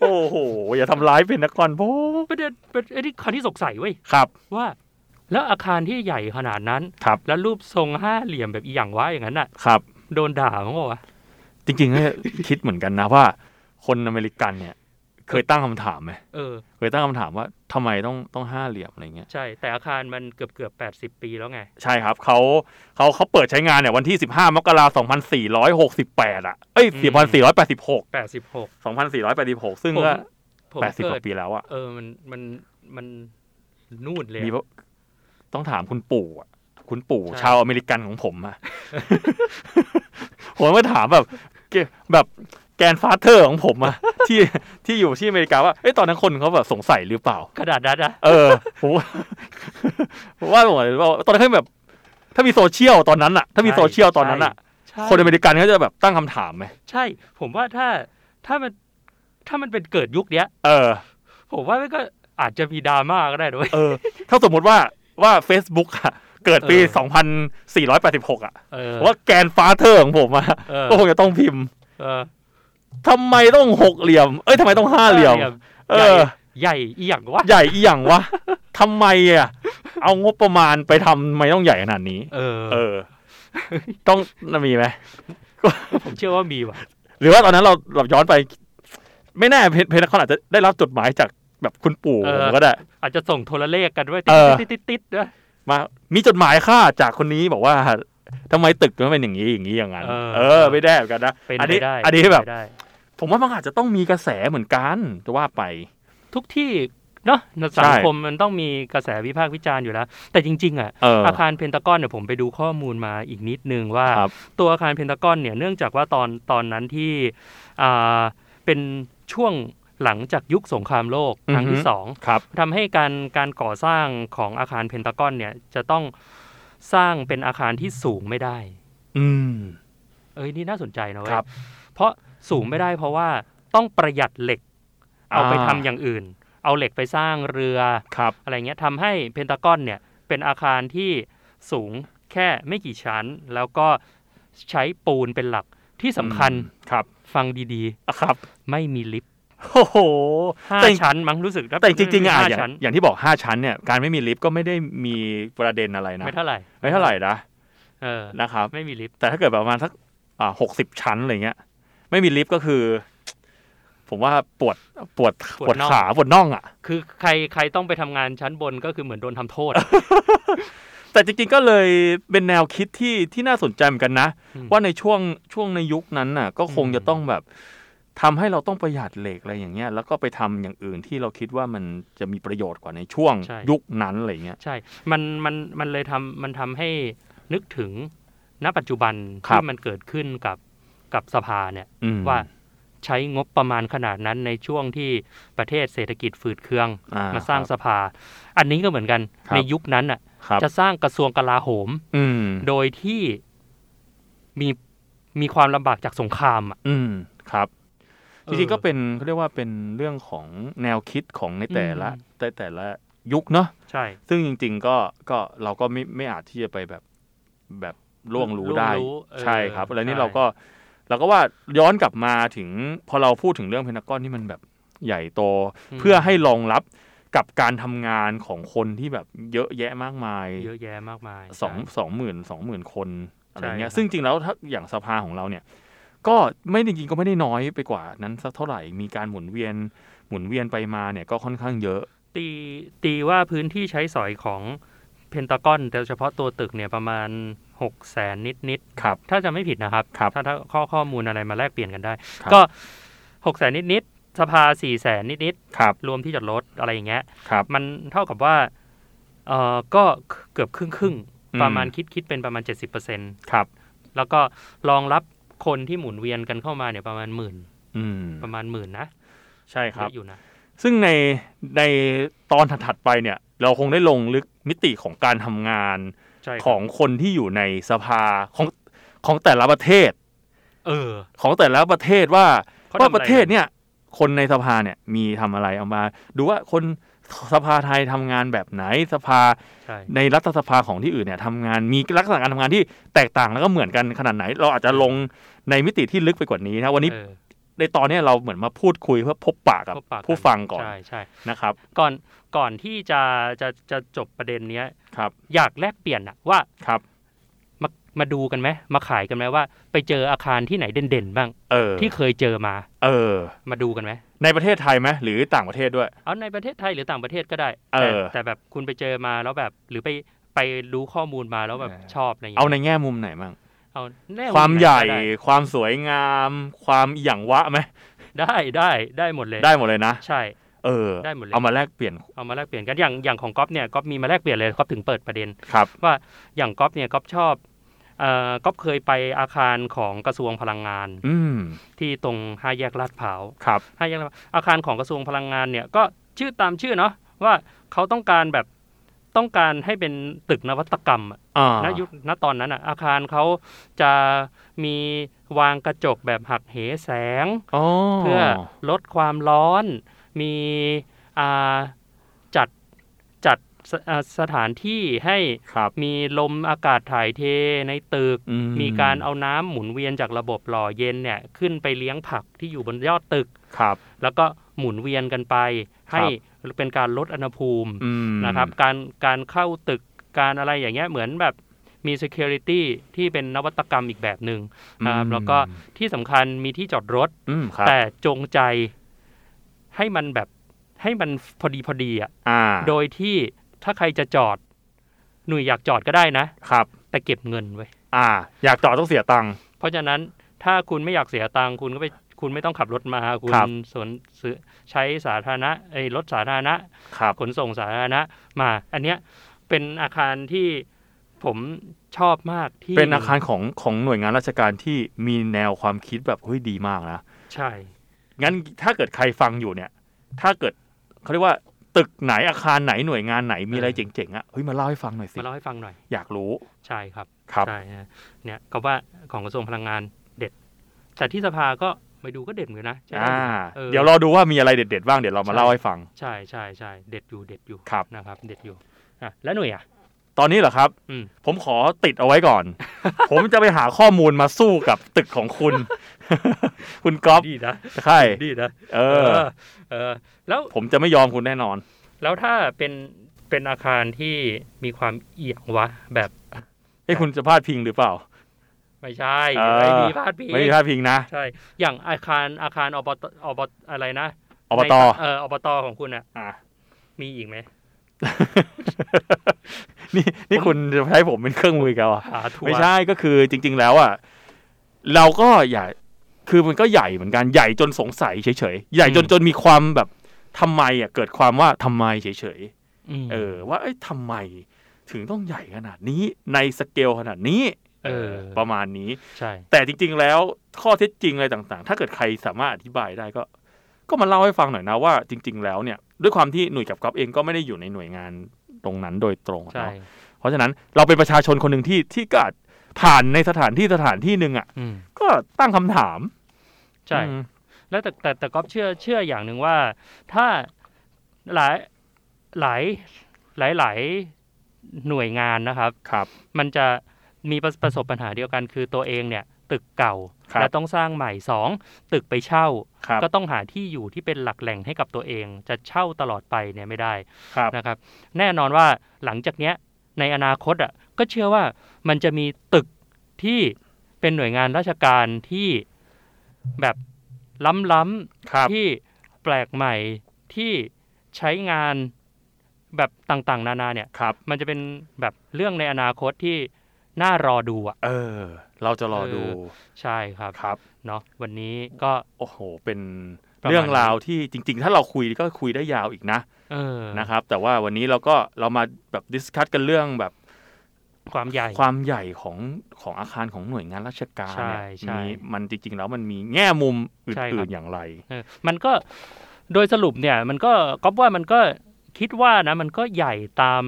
[SPEAKER 4] โอ้โห อย่าทำร้ายเพนทากอนผม
[SPEAKER 3] ประเด็นประเด็นไอ้ที่คันที่สงสัยเว้ย
[SPEAKER 4] ครับ
[SPEAKER 3] ว่า แล้วอาคารที่ใหญ่ขนาดนั้น
[SPEAKER 4] ครับ
[SPEAKER 3] แล้วรูปทรงห้าเหลี่ยมแบบอีหยังวะอย่างนั้นน่ะ
[SPEAKER 4] ครับ
[SPEAKER 3] โดนด่ามั้งเปล่าวะ
[SPEAKER 4] จริงๆก็คิดเหมือนกันนะว่า คนอเมริกันเนี่ย เคยตั้งคำถามไหม
[SPEAKER 3] เออ
[SPEAKER 4] เคยตั้งคำถามว่าทำไมต้องต้องห้าเหลี่ยมอะไรเงี้ย
[SPEAKER 3] ใช่ แต่อาคารมันเกือบเกือบแปดสิบปีแล้วไง
[SPEAKER 4] ใช่ครับเขาเขาเขาเปิดใช้งานเนี่ยวันที่ 15 มกราคม2468 อ่ะ เอ้ย
[SPEAKER 3] อื
[SPEAKER 4] 2486
[SPEAKER 3] แปดสิบหก
[SPEAKER 4] 2486 ซึ่ง
[SPEAKER 3] ผม
[SPEAKER 4] ก็
[SPEAKER 3] ผม
[SPEAKER 4] 80ก
[SPEAKER 3] เกิด
[SPEAKER 4] ว่าปีแล้วอ่ะ
[SPEAKER 3] เออมันมันมันนูดเลย
[SPEAKER 4] มี
[SPEAKER 3] อะ
[SPEAKER 4] ปะต้องถามคุณปู่อ่ะ คุณปู่
[SPEAKER 3] ใช่
[SPEAKER 4] ชาวอเมริกันของผมอ่ะ ผมก็ถามแบบเกแบบแกนฟาเธอร์ของผมอ่ะ ที่ที่อยู่ที่อเมริกาว่าเอ้ยตอนนั้นคนเขาแบบสงสัยหรือเปล่า
[SPEAKER 3] กระดาษดัดอะ
[SPEAKER 4] เออผมว่า ผมว่าผมว่าตอนนั้นแบบ ถ้ามีโซเชียลตอนนั้นอะถ้ามีโซเชียลตอนนั้นอะ
[SPEAKER 3] ใช่
[SPEAKER 4] คนอเมริกันเขาจะแบบตั้งคำถามไหม
[SPEAKER 3] ใช่ ผมว่าถ้าถ้ามันถ้ามันเป็นเกิดยุคเนี้ย
[SPEAKER 4] เออ
[SPEAKER 3] ผมว่ามันก็อาจจะมีดราม่าก็ได้ด้วย
[SPEAKER 4] เออ ถ้าสมมติว่าว่า Facebook อะเกิดปี
[SPEAKER 3] เออ
[SPEAKER 4] 2486 อ่ะ
[SPEAKER 3] เออ
[SPEAKER 4] ผมว่าแกนฟาเธอร์ของผมอะ
[SPEAKER 3] เออ
[SPEAKER 4] ก็คงจะต้องพิมพ์
[SPEAKER 3] เออ
[SPEAKER 4] ทำไมต้องหกเหลี่ยม เอ้ยทำไมต้องห้าเหลี่ยม เอ
[SPEAKER 3] ใหญ่ให
[SPEAKER 4] อ
[SPEAKER 3] ญ่อีหยังวะ
[SPEAKER 4] ใหญ่อีหยังวะทำไมอะเอางบประมาณไปทำไมต้องใหญ่ขนาดนี้
[SPEAKER 3] เออ
[SPEAKER 4] เออ ต้องมีไหม
[SPEAKER 3] ผมเชื่อว่ามีว่ะ
[SPEAKER 4] หรือว่าตอนนั้นเราเราย้อนไป ไม่แน่เพเพนทอนอาจจะได้รับจดหมายจากแบบคุณปู่
[SPEAKER 3] เออ
[SPEAKER 4] ผมก็ได้
[SPEAKER 3] อาจจะส่งโทรเลขกันด้วย
[SPEAKER 4] เออ
[SPEAKER 3] ติดติดติดๆๆๆนะ
[SPEAKER 4] มามีจดหมายค่าจากคนนี้บอกว่าทำไมตึกมันเป็นอย่างนี้อย่างนี้อย่างนั้น
[SPEAKER 3] เออ
[SPEAKER 4] เออไม่ได้เหมือนกันนะ
[SPEAKER 3] เป็น
[SPEAKER 4] อั
[SPEAKER 3] ไป
[SPEAKER 4] นี้
[SPEAKER 3] ได้
[SPEAKER 4] อันนี้แบบ
[SPEAKER 3] เป็ไปได้
[SPEAKER 4] ผมว่ามันอาจจะต้องมีกระแสเหมือนกันจะว่าไป
[SPEAKER 3] ทุกที่เนาะใน
[SPEAKER 4] ใช่
[SPEAKER 3] สังคมมันต้องมีกระแสวิพากษ์วิจารณ์อยู่แล้ว แต่จริง ๆ อ่ะ
[SPEAKER 4] เอออ
[SPEAKER 3] อาคารเพนตากอนเนี่ยผมไปดูข้อมูลมาอีกนิดนึงว่า
[SPEAKER 4] ครับ
[SPEAKER 3] ตัวอาคารเพนตากอนเนี่ยเนื่องจากว่าตอนตอนนั้นที่อ่าเป็นช่วงหลังจากยุคสงครามโลกครั้ง
[SPEAKER 4] อื
[SPEAKER 3] ที่
[SPEAKER 4] อฮึ
[SPEAKER 3] สอง
[SPEAKER 4] ครับ
[SPEAKER 3] ทำให้การการก่อสร้างของอาคารเพนตากอนเนี่ยจะต้องสร้างเป็นอาคารที่สูงไม่ได้
[SPEAKER 4] อืม
[SPEAKER 3] เอ้ยนี่น่าสนใจนะเว้ย
[SPEAKER 4] ครับ
[SPEAKER 3] เพราะสูงไม่ได้เพราะว่าต้องประหยัดเหล็ก เอาไปทำอย่างอื่น เอาเหล็กไปสร้างเรือ
[SPEAKER 4] ครับ
[SPEAKER 3] อะไรเงี้ยทำให้เพนทากอนเนี่ยเป็นอาคารที่สูงแค่ไม่กี่ชั้น แล้วก็ใช้ปูนเป็นหลักที่สำคัญ
[SPEAKER 4] อืมครับ
[SPEAKER 3] ฟังดี
[SPEAKER 4] อ่ะครับ
[SPEAKER 3] ๆ ไม่มีลิฟต์
[SPEAKER 4] โอ้โห
[SPEAKER 3] ห้า
[SPEAKER 4] แต่
[SPEAKER 3] ชั้นมั้งรู้สึกนะ
[SPEAKER 4] แต่จริงๆอ่ะ
[SPEAKER 3] ห้า
[SPEAKER 4] อย่าง
[SPEAKER 3] ชั้น
[SPEAKER 4] อย่างที่บอกห้าชั้นเนี่ยการไม่มีลิฟต์ก็ไม่ได้มีประเด็นอะไรนะ
[SPEAKER 3] ไม่เท่าไหร่
[SPEAKER 4] ไม่เท่าไหร่นะ
[SPEAKER 3] เออ
[SPEAKER 4] นะครับ
[SPEAKER 3] ไม่มีลิฟต์
[SPEAKER 4] แต่ถ้าเกิดประมาณสักอ่าหกสิบชั้นอะไรเงี้ย ไม่มีลิฟต์ก็คือ ผมว่าปวดปวดปวดขาปวดน่องอ่ะ
[SPEAKER 3] คือใครใครต้องไปทำงานชั้นบนก็คือเหมือนโดนทำโทษ
[SPEAKER 4] แต่จริงๆก็เลยเป็นแนวคิดที่ที่น่าสนใจเหมือนกันนะ
[SPEAKER 3] อืม
[SPEAKER 4] ว่าในช่วงช่วงในยุคนั้นน่ะ ก็คง
[SPEAKER 3] อืม
[SPEAKER 4] จะต้องแบบทำให้เราต้องประหยัดเหล็กอะไรอย่างเงี้ย แล้วก็ไปทำอย่างอื่นที่เราคิดว่ามันจะมีประโยชน์กว่าในช่วงยุคนั้นอะไรเงี้ย
[SPEAKER 3] ใช่ มัน มัน มันเลยทำมันทำให้นึกถึง ณ ปัจจุบัน
[SPEAKER 4] ครับ
[SPEAKER 3] ที่มันเกิดขึ้นกับกับสภาเนี่ย
[SPEAKER 4] อืม
[SPEAKER 3] ว่าใช้งบประมาณขนาดนั้นในช่วงที่ประเทศเศรษฐกิจฝืดเคือง
[SPEAKER 4] อ่
[SPEAKER 3] มาสร้าง
[SPEAKER 4] ค
[SPEAKER 3] ส
[SPEAKER 4] บ
[SPEAKER 3] ภา อันนี้ก็เหมือนกัน
[SPEAKER 4] ครับ
[SPEAKER 3] ในยุคนั้นอ่ะ
[SPEAKER 4] ครับ
[SPEAKER 3] จะสร้างกระทรวงกลาโหม
[SPEAKER 4] อืม
[SPEAKER 3] โดยที่มีมีความลำบากจากสงครามอ่ะ
[SPEAKER 4] อืมครับ จริงๆก็
[SPEAKER 3] เออ
[SPEAKER 4] เป็นเขาเรียกว่าเป็นเรื่องของแนวคิดของในแต่ละ
[SPEAKER 3] อืม
[SPEAKER 4] แต่แต่ละยุคเนาะ
[SPEAKER 3] ใช่
[SPEAKER 4] ซึ่งจริง ๆ ก็ก็เราก็ไม่ไม่อาจที่จะไปแบบแบบล่วงรู้ได้
[SPEAKER 3] เออ
[SPEAKER 4] ใช่ครับแล้วนี่
[SPEAKER 3] ใช่
[SPEAKER 4] เราก็เราก็ว่าย้อนกลับมาถึง พอเราพูดถึงเรื่องเพนทากอนที่มันแบบใหญ่โต
[SPEAKER 3] ม
[SPEAKER 4] เพื่อให้รองรับกับการทำงานของคนที่แบบเยอะแยะมากมาย
[SPEAKER 3] เยอะแยะมากมาย
[SPEAKER 4] สองสองหมื่นสองหมื่นคนอะไร
[SPEAKER 3] ใช่ครั
[SPEAKER 4] เงี้ย
[SPEAKER 3] บ
[SPEAKER 4] ซึ่งจริงแล้วถ้าอย่างสภาของเราเนี่ย ก็ไม่จริงๆก็ไม่ได้น้อยไปกว่านั้นสักเท่าไหร่มีการหมุนเวียนหมุนเวียนไปมาเนี่ยก็ค่อนข้างเยอะ
[SPEAKER 3] ตีตีว่าพื้นที่ใช้สอยของ เพนตากอนแต่เฉพาะตัวตึกเนี่ยประมาณ6กแสนนิดนิด
[SPEAKER 4] ครับ
[SPEAKER 3] ๆถ้าจะไม่ผิดนะครับ
[SPEAKER 4] ครับ
[SPEAKER 3] ถ้าถ้าข้อข้อมูลอะไรมาแลกเปลี่ยนกันได้
[SPEAKER 4] ครับ
[SPEAKER 3] ก็6กแสนนิดนิดๆสภา4ี่แสนนิดนิด
[SPEAKER 4] ครับ
[SPEAKER 3] ๆรวมที่จอดรถอะไรอย่างเงี้ย
[SPEAKER 4] ครับ
[SPEAKER 3] มันเท่ากับว่าเออก็เกือบครึ่งครึ่งๆ
[SPEAKER 4] อืม
[SPEAKER 3] ประมาณคิดคิดเป็นประมาณ 70%
[SPEAKER 4] ครับ
[SPEAKER 3] แล้วก็รองรับคนที่หมุนเวียนกันเข้ามาเนี่ยประมาณหมื่น
[SPEAKER 4] อืม
[SPEAKER 3] ประมาณหมื่นนะ
[SPEAKER 4] ใช่ครับ
[SPEAKER 3] เยอะอยู่นะ
[SPEAKER 4] ซึ่งในในตอนถัดๆไปเนี่ย เราคงได้ลงลึกมิติของการทำงาน
[SPEAKER 3] ใช่ครับ
[SPEAKER 4] ของคนที่อยู่ในสภาของของแต่ละประเทศ
[SPEAKER 3] เออ
[SPEAKER 4] ของแต่ละประเทศว่า
[SPEAKER 3] เขาทำ
[SPEAKER 4] ว่า
[SPEAKER 3] อะไร
[SPEAKER 4] ประเทศเนี่ย คนในสภาเนี่ยมีทำอะไรเอามา ดูว่าคนสภาไทยทำงานแบบไหนสภา
[SPEAKER 3] ใช่
[SPEAKER 4] ในรัฐสภาของที่อื่นเนี่ยทำงานมีลักษณะการทำงานที่แตกต่างแล้วก็เหมือนกันขนาดไหน เราอาจจะลงในมิติที่ลึกไปกว่านี้นะวันนี้
[SPEAKER 3] เออ
[SPEAKER 4] ในตอนเนี้ยเราเหมือนมาพูดคุยเพื่อพบปะกับ
[SPEAKER 3] พบปะกัน
[SPEAKER 4] ผู้ฟังก่อน
[SPEAKER 3] ใช่ใช่
[SPEAKER 4] นะครับ
[SPEAKER 3] ก่อนก่อนที่จะจะจะจบประเด็นเนี้ย
[SPEAKER 4] ครับ
[SPEAKER 3] อยากแลกเปลี่ยนอะว่า
[SPEAKER 4] ครับ
[SPEAKER 3] มามาดูกันไหมมาขายกันไหมว่า ไปเจออาคารที่ไหนเด่นๆบ้าง
[SPEAKER 4] เออ
[SPEAKER 3] ที่เคยเจอมา
[SPEAKER 4] เออ
[SPEAKER 3] มาดูกันไหม
[SPEAKER 4] ในประเทศไทยไหมหรือต่างประเทศด้วย
[SPEAKER 3] เอาในประเทศไทยหรือต่างประเทศก็ได้
[SPEAKER 4] เอ
[SPEAKER 3] แต่
[SPEAKER 4] อ
[SPEAKER 3] แต่แบบคุณไปเจอมาแล้วแบบหรือไปไปรู้ข้อมูลมาแล้วแบบ
[SPEAKER 4] เออ
[SPEAKER 3] ชอบอะไรอย่าง
[SPEAKER 4] เอา
[SPEAKER 3] เงี้ย
[SPEAKER 4] ในแง่มุมไหนบ้าง
[SPEAKER 3] เอาแน่
[SPEAKER 4] ความ
[SPEAKER 3] น
[SPEAKER 4] ใหญ่
[SPEAKER 3] ได้
[SPEAKER 4] ความสวยงาม ความอหย่างวะไหม
[SPEAKER 3] ได้ได้ได้หมดเลย
[SPEAKER 4] ได้หมดเลยนะ
[SPEAKER 3] ใช่
[SPEAKER 4] เออ
[SPEAKER 3] ได้หมดเลย
[SPEAKER 4] เอามาแลกเปลี่ยน
[SPEAKER 3] เอามาแลกเปลี่ยนกันอย่างอย่างของก๊อฟเนี่ยก๊อฟมีมาแลกเปลี่ยนเลยก๊อฟถึงเปิดประเด็น
[SPEAKER 4] ครับ
[SPEAKER 3] ว่าอย่างก๊อฟเนี่ยก๊อฟชอบเอ่อก๊อฟเคยไปอาคารของกระทรวงพลังงาน
[SPEAKER 4] อืม
[SPEAKER 3] ที่ตรงห้าแยกลาดพร้าว
[SPEAKER 4] ครับ
[SPEAKER 3] ห้าแยกลาดพร้าวอาคารของกระทรวงพลังงานเนี่ยก็ชื่อตามชื่อเนาะว่าเขาต้องการแบบต้องการให้เป็นตึกนวัตกรรมอะ
[SPEAKER 4] อ่า
[SPEAKER 3] ณยุคณตอนนั้นอะอาคารเขาจะมีวางกระจกแบบหักเหแสง
[SPEAKER 4] อ๋อ
[SPEAKER 3] เพื่อลดความร้อน มีอ่าจัดจัดสอ่าสถานที่ให้
[SPEAKER 4] ครับ
[SPEAKER 3] มีลมอากาศถ่ายเทในตึก
[SPEAKER 4] อืม
[SPEAKER 3] มีการเอาน้ำหมุนเวียนจากระบบหล่อเย็นเนี่ยขึ้นไปเลี้ยงผักที่อยู่บนยอดตึก
[SPEAKER 4] ครับ
[SPEAKER 3] แล้วก็หมุนเวียนกันไป ให้เป็นการลดอุณหภูมิ
[SPEAKER 4] อืม
[SPEAKER 3] นะครับการการเข้าตึกการอะไรอย่างเงี้ยเหมือนแบบมี security ที่เป็นนวัตกรรมอีกแบบหนึ่งนะครับ
[SPEAKER 4] อืม
[SPEAKER 3] แล้วก็ที่สำคัญมีที่จอดรถ
[SPEAKER 4] อืมครับ
[SPEAKER 3] แต่จงใจให้มันแบบให้มันพอดีพอดีอ่ะ
[SPEAKER 4] อ่า
[SPEAKER 3] โดยที่ถ้าใครจะจอดหนุ่ยอยากจอดก็ได้นะ
[SPEAKER 4] ครับ
[SPEAKER 3] แต่เก็บเงินไว้ย
[SPEAKER 4] อ่า อยากจอดต้องเสียตังค์
[SPEAKER 3] เพราะฉะนั้นถ้าคุณไม่อยากเสียตังค์คุณก็ไปคุณไม่ต้องขับรถมา คุณ
[SPEAKER 4] ครับ
[SPEAKER 3] สวนซื้อใช้สาธารณะไอ้ยรถสาธารณะ
[SPEAKER 4] ครับ
[SPEAKER 3] ขนส่งสาธารณะมา อันเนี้ยเป็นอาคารที่ผมชอบมากที่
[SPEAKER 4] เป็นอาคารของของหน่วยงานราชการที่มีแนวความคิดแบบเฮ้ยดีมากนะ
[SPEAKER 3] ใช่
[SPEAKER 4] งั้นถ้าเกิดใครฟังอยู่เนี่ย ถ้าเกิดเขาเรียกว่าตึกไหนอาคารไหนหน่วยงานไหนมีอะไรเจ๋งๆอ่ะเฮ้ยมาเล่าให้ฟังหน่อยสิ
[SPEAKER 3] มาเล่าให้ฟังหน่อย
[SPEAKER 4] อยากรู้
[SPEAKER 3] ใช่ครับ
[SPEAKER 4] ครับ
[SPEAKER 3] ใช่ฮะเนี่ยก็ว่าของกระทรวงพลังงานเด็ด แต่ที่สภาก็ไปดูก็เด็ดเหมือนกันนะใช่ไหม
[SPEAKER 4] อ่า
[SPEAKER 3] ออ
[SPEAKER 4] เดี๋ยวรอดูว่ามีอะไรเด็ดๆบ้างเดี๋ยวเรามา
[SPEAKER 3] ใช่
[SPEAKER 4] เล่าให้ฟัง
[SPEAKER 3] ใช่ใช่ใช่เด็ดอยู่เด็ดอยู่
[SPEAKER 4] ครับ
[SPEAKER 3] นะครับ เด็ดอยู่อ่ะแล้วหน่ยอ่ะ
[SPEAKER 4] ตอนนี้เหรอครับ
[SPEAKER 3] อืม
[SPEAKER 4] ผมขอติดเอาไว้ก่อน ผมจะไปหาข้อมูลมาสู้กับตึกของคุณ คุณก๊อฟ
[SPEAKER 3] ดีนะ
[SPEAKER 4] ใช่
[SPEAKER 3] ดีนะ
[SPEAKER 4] เอ
[SPEAKER 3] เอ
[SPEAKER 4] อ
[SPEAKER 3] อเออแล้ว
[SPEAKER 4] ผมจะไม่ยอมคุณแน่นอน
[SPEAKER 3] แล้วถ้าเป็นเป็นอาคารที่มีความเอียงวะ แบบ
[SPEAKER 4] เอ้ยคุณจะพลาดพิงหรือเปล่า
[SPEAKER 3] ไม่ใช่
[SPEAKER 4] เออ
[SPEAKER 3] ไม่มีพลาดพี
[SPEAKER 4] ไม่มีพลาดพิงนะ
[SPEAKER 3] ใช่ อย่างอาคารอาคารอบตอบตอะไรนะ
[SPEAKER 4] อบ
[SPEAKER 3] ใน
[SPEAKER 4] ต
[SPEAKER 3] เอออบตของคุณอ่ะ
[SPEAKER 4] อ่ะ
[SPEAKER 3] มีอีกไหม
[SPEAKER 4] นี่นี่คุณจะใช้ผมเป็นเครื่องมือกันอ่ะ
[SPEAKER 3] หาทัวร์
[SPEAKER 4] ไม่ใช่ก็คือจริง ๆ แล้วอ่ะเราก็อย่าคือมันก็ใหญ่เหมือนกันใหญ่จนสงสัยเฉยๆใหญ่จนจนมีความแบบทำไมอ่ะเกิดความว่าทำไมเฉย
[SPEAKER 3] ม
[SPEAKER 4] ๆเออ ว่าเอ้ยทำไมถึงต้องใหญ่ขนาดนี้ในสเกลขนาดนี้
[SPEAKER 3] เออ
[SPEAKER 4] ประมาณนี้
[SPEAKER 3] ใช่
[SPEAKER 4] แต่จริง ๆ แล้วข้อเท็จจริงอะไรต่าง ๆ ถ้าเกิดใครสามารถอธิบายได้ก็ ก็มาเล่าให้ฟังหน่อยนะว่า จริง ๆ แล้วเนี่ยด้วยความที่หน่วยกับก๊อฟเองก็ไม่ได้อยู่ในหน่วยงานตรงนั้นโดยตรงอะ
[SPEAKER 3] ใช่
[SPEAKER 4] เนาะ เพราะฉะนั้นเราเป็นประชาชนคนหนึ่งที่ที่ก็อาจผ่านในสถานที่สถานที่หนึ่งอ่ะ
[SPEAKER 3] อืม
[SPEAKER 4] ก็ตั้งคำถาม
[SPEAKER 3] ใช่
[SPEAKER 4] อืม
[SPEAKER 3] แล้วแต่แต่แต่ก๊อฟเชื่อเชื่ออย่างหนึ่งว่าถ้าหลายหลายหลายหลายหน่วยงานนะครับ
[SPEAKER 4] ครับ
[SPEAKER 3] มันจะมีประประสบปัญหาเดียวกันคือตัวเองเนี่ย ตึกเก่า
[SPEAKER 4] ครับ
[SPEAKER 3] และต้องสร้างใหม่สองตึกไปเช่า
[SPEAKER 4] ครับ
[SPEAKER 3] ก็ต้องหาที่อยู่ที่เป็นหลักแหล่งให้กับตัวเอง จะเช่าตลอดไปเนี่ยไม่ได้
[SPEAKER 4] ครับ
[SPEAKER 3] นะครับ แน่นอนว่าหลังจากเนี้ยในอนาคตอ่ะก็เชื่อว่ามันจะมีตึกที่เป็นหน่วยงานราชการที่แบบล้ำ
[SPEAKER 4] ครับ
[SPEAKER 3] ๆที่แปลกใหม่ที่ใช้งาน แบบต่างๆ นานาเนี่ย
[SPEAKER 4] ครับ
[SPEAKER 3] มันจะเป็นแบบเรื่องในอนาคตที่น่ารอดูอ่ะ
[SPEAKER 4] เออ เราจะรอดู
[SPEAKER 3] เออ ใช่ครับ
[SPEAKER 4] ครับ
[SPEAKER 3] เนาะวันนี้ก็
[SPEAKER 4] โอ้โห เป็น
[SPEAKER 3] ประมาณ
[SPEAKER 4] เรื่องราวที่จริง ๆ ถ้าเราคุยก็คุยได้ยาวอีกนะ
[SPEAKER 3] เออ
[SPEAKER 4] นะครับ แต่ว่าวันนี้เราก็เรามาแบบดิสคัตกันเรื่องแบบ
[SPEAKER 3] ความใหญ่
[SPEAKER 4] ความใหญ่ของของอาคารของหน่วยงานราชการ
[SPEAKER 3] ใช่
[SPEAKER 4] เนี่ย
[SPEAKER 3] ใช่
[SPEAKER 4] มีมันจริง ๆ แล้วมันมีแง่มุมอ
[SPEAKER 3] ใช่คื
[SPEAKER 4] ่
[SPEAKER 3] รั
[SPEAKER 4] น
[SPEAKER 3] บ
[SPEAKER 4] ๆอย่างไร
[SPEAKER 3] เออมันก็โดยสรุปเนี่ยมันก็ก๊อฟว่ามันก็คิดว่านะมันก็ใหญ่ตาม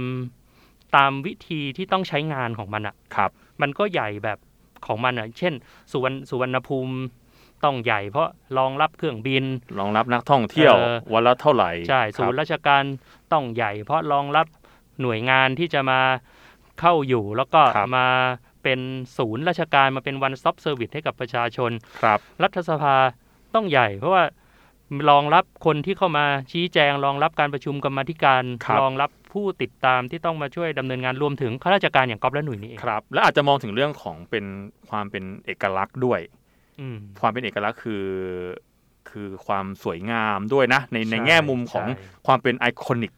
[SPEAKER 3] ตามวิธีที่ต้องใช้งานของมันอะ
[SPEAKER 4] ครับ
[SPEAKER 3] มันก็ใหญ่แบบของมันอ่ะ เช่น สุวรรณสุวรรณภูมิต้องใหญ่ เพราะรองรับเครื่องบิน
[SPEAKER 4] รองรับนักท่องเที่ยว
[SPEAKER 3] เออ
[SPEAKER 4] วันละเท่าไหร่
[SPEAKER 3] ใช่
[SPEAKER 4] ค
[SPEAKER 3] ศู
[SPEAKER 4] รับ
[SPEAKER 3] นย์ราชการต้องใหญ่ เพราะรองรับหน่วยงานที่จะมาเข้าอยู่ แล้วก็มาเป็นศูนย์ราชการมาเป็นวันซ็อปเซอร์วิสให้กับประชาชน
[SPEAKER 4] ครับ
[SPEAKER 3] รัฐสภาต้องใหญ่ เพราะว่ารองรับคนที่เข้ามาชี้แจง รองรับการประชุมกรรมาธิการ
[SPEAKER 4] ครับ
[SPEAKER 3] รองรับผู้ติดตามที่ต้องมาช่วยดำเนินงานรวมถึงข้าราชการอย่างกอบและหน่วยนี่เอง
[SPEAKER 4] ครับ และอาจจะมองถึงเรื่องของเป็นความเป็นเอกลักษณ์ด้วย
[SPEAKER 3] อืม
[SPEAKER 4] ความเป็นเอกลักษณ์คือคือความสวยงามด้วยนะ ในใน
[SPEAKER 3] ใช่
[SPEAKER 4] แง่มุมของ
[SPEAKER 3] ใช่
[SPEAKER 4] ความเป็นไอคอนิก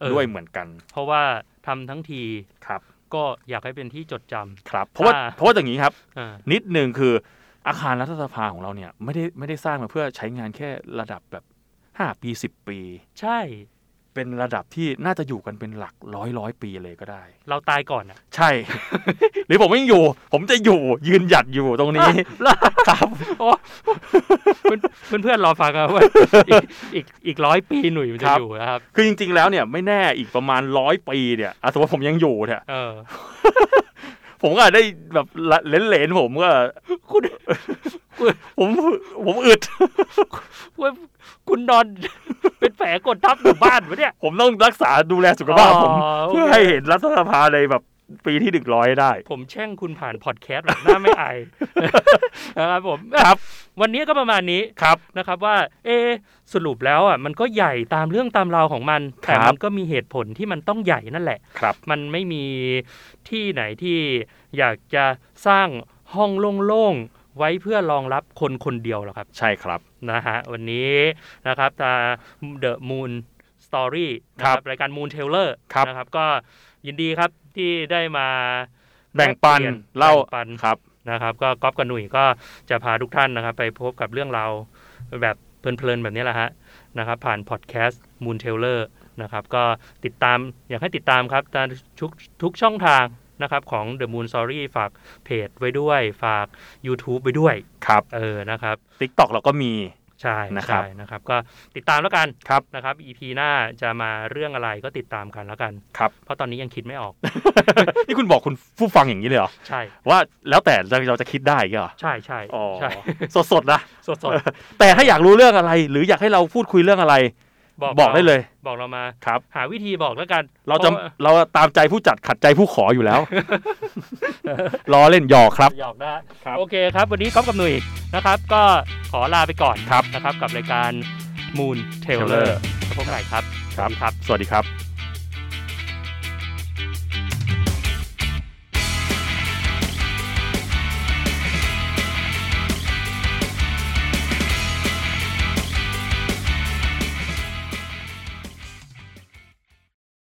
[SPEAKER 3] เออ
[SPEAKER 4] ด้วยเหมือนกัน
[SPEAKER 3] เพราะว่าทำทั้งที
[SPEAKER 4] ครับ
[SPEAKER 3] ก็อยากให้เป็นที่จดจำ
[SPEAKER 4] ครับ เพราะว่า
[SPEAKER 3] อ่า
[SPEAKER 4] เพราะว่าอย่างนี้ครับ
[SPEAKER 3] อ่า
[SPEAKER 4] นิดหนึ่งคืออาคารรัฐสภาของเราเนี่ยไม่ได้ไม่ได้สร้างมาเพื่อใช้งานแค่ระดับแบบ 5 ปี 10 ปี
[SPEAKER 3] ใช่
[SPEAKER 4] เป็นระดับที่น่าจะอยู่กันเป็นหลักร้อยร้อยปีเลยก็ได้
[SPEAKER 3] เราตายก่อนอ่ะ
[SPEAKER 4] ใช่ หรือผมไม่อยู่ ผมจะอยู่ยืนหยัดอยู่ตรงนี้ ครับ
[SPEAKER 3] เพื่อนเพื่อนเพื่อนรอฟังอะว่า อีกอีกอีกร้อยปีหนุ่ยมัน
[SPEAKER 4] ค
[SPEAKER 3] จะ
[SPEAKER 4] รับ
[SPEAKER 3] อยู่นะครับ
[SPEAKER 4] คือจริงๆแล้วเนี่ยไม่แน่อีกประมาณร้อยปีเนี่ยอ่ะสมมติผมยังอยู่เนี่ย
[SPEAKER 3] เออ
[SPEAKER 4] ผมก็อาจได้แบบละเหลนๆผมก็ คุณ ผมผมอึด
[SPEAKER 3] ว่าคุณนอน เป็นแผลกดทับอยู่บ้านวะเนี่ย
[SPEAKER 4] ผมต้องรักษาดูแลสุขภาพผม
[SPEAKER 3] อ๋อโอ
[SPEAKER 4] เพื่อ
[SPEAKER 3] เค
[SPEAKER 4] ให้เห็นรัฐสภาในแบบปีที่หนึ่งร้อยได้
[SPEAKER 3] ผมแช่งคุณผ่านพอดแคสต์แบบหน้าไม่อาย นะครับผม
[SPEAKER 4] ครับ
[SPEAKER 3] วันนี้ก็ประมาณนี้
[SPEAKER 4] ครับ
[SPEAKER 3] นะครับว่า เอะสรุปแล้วอ่ะมันก็ใหญ่ตามเรื่องตามราวของมัน
[SPEAKER 4] ครั
[SPEAKER 3] แต่
[SPEAKER 4] บ
[SPEAKER 3] มันก็มีเหตุผลที่มันต้องใหญ่นั่นแหละ
[SPEAKER 4] ครับ
[SPEAKER 3] มันไม่มีที่ไหนที่อยากจะสร้างห้องโล่งๆ ไว้เพื่อรองรับคนคนเดียวหรอกครับ
[SPEAKER 4] ใช่ครับ
[SPEAKER 3] นะฮะวันนี้นะครับตา The Moon Story นะครับ รายการ Moon Taylor
[SPEAKER 4] ครับ
[SPEAKER 3] นะครับ ก็ยินดีครับที่ได้มา
[SPEAKER 4] แบ่งปัน
[SPEAKER 3] ลกย
[SPEAKER 4] เล่า
[SPEAKER 3] แบ่งปัน
[SPEAKER 4] ครับ
[SPEAKER 3] นะครับก็ก๊อฟกับหนุ่ยก็จะพาทุกท่านนะครับ ไปพบกับเรื่องราวแบบเพลินๆ แบบนี้แหละฮะนะครับ ผ่านพอดแคสต์ Moon Taylor นะครับก็ติดตามอยากให้ติดตามครับตามทุกทุกช่องทางนะครับของ The Moon Story ฝากเพจไว้ด้วยฝาก YouTube ไว้ด้วย
[SPEAKER 4] ครับ
[SPEAKER 3] เออนะครับ
[SPEAKER 4] ติ๊กต็อกเราก็มี
[SPEAKER 3] ใช่
[SPEAKER 4] นะครับ
[SPEAKER 3] ใช่นะครับ ก็ติดตามแล้วกัน
[SPEAKER 4] ครับ
[SPEAKER 3] นะครับ EP หน้าจะมาเรื่องอะไรก็ติดตามกันแล้วกัน
[SPEAKER 4] ครับ
[SPEAKER 3] เพราะตอนนี้ยังคิดไม่ออก
[SPEAKER 4] นี่คุณบอกคุณผู้ฟังอย่างนี้เลยเหรอ
[SPEAKER 3] ใช่
[SPEAKER 4] ว่าแล้วแต่เราจะคิดได้อย่างเงี้ยเหรอ
[SPEAKER 3] ใช่ใช่
[SPEAKER 4] อ๋อ
[SPEAKER 3] ใช่
[SPEAKER 4] สดๆนะ
[SPEAKER 3] สดๆ
[SPEAKER 4] แต่ถ้าอยากรู้เรื่องอะไร หรืออยากให้เราพูดคุยเรื่องอะไร บอกได้เลย
[SPEAKER 3] บอกเรามา
[SPEAKER 4] ครับ
[SPEAKER 3] หาวิธีบอกแล้วกัน
[SPEAKER 4] เราจะ
[SPEAKER 3] พว่
[SPEAKER 4] เราตามใจผู้จัดขัดใจผู้ขอ อยู่แล้ว ล้อเล่นหยอกครับ
[SPEAKER 3] หยอกได้
[SPEAKER 4] ครับ
[SPEAKER 3] โอเคครับ วันนี้ก๊อฟกับหนุ่ยนะครับ ก็ขอลาไปก่อน
[SPEAKER 4] ครับ
[SPEAKER 3] นะครับ กับรายการ Moon Taylor
[SPEAKER 4] Taylor
[SPEAKER 3] พบกันใหม่ครับ
[SPEAKER 4] ครั
[SPEAKER 3] สวั
[SPEAKER 4] บ
[SPEAKER 3] สดีครับ
[SPEAKER 4] สวัสดีครับ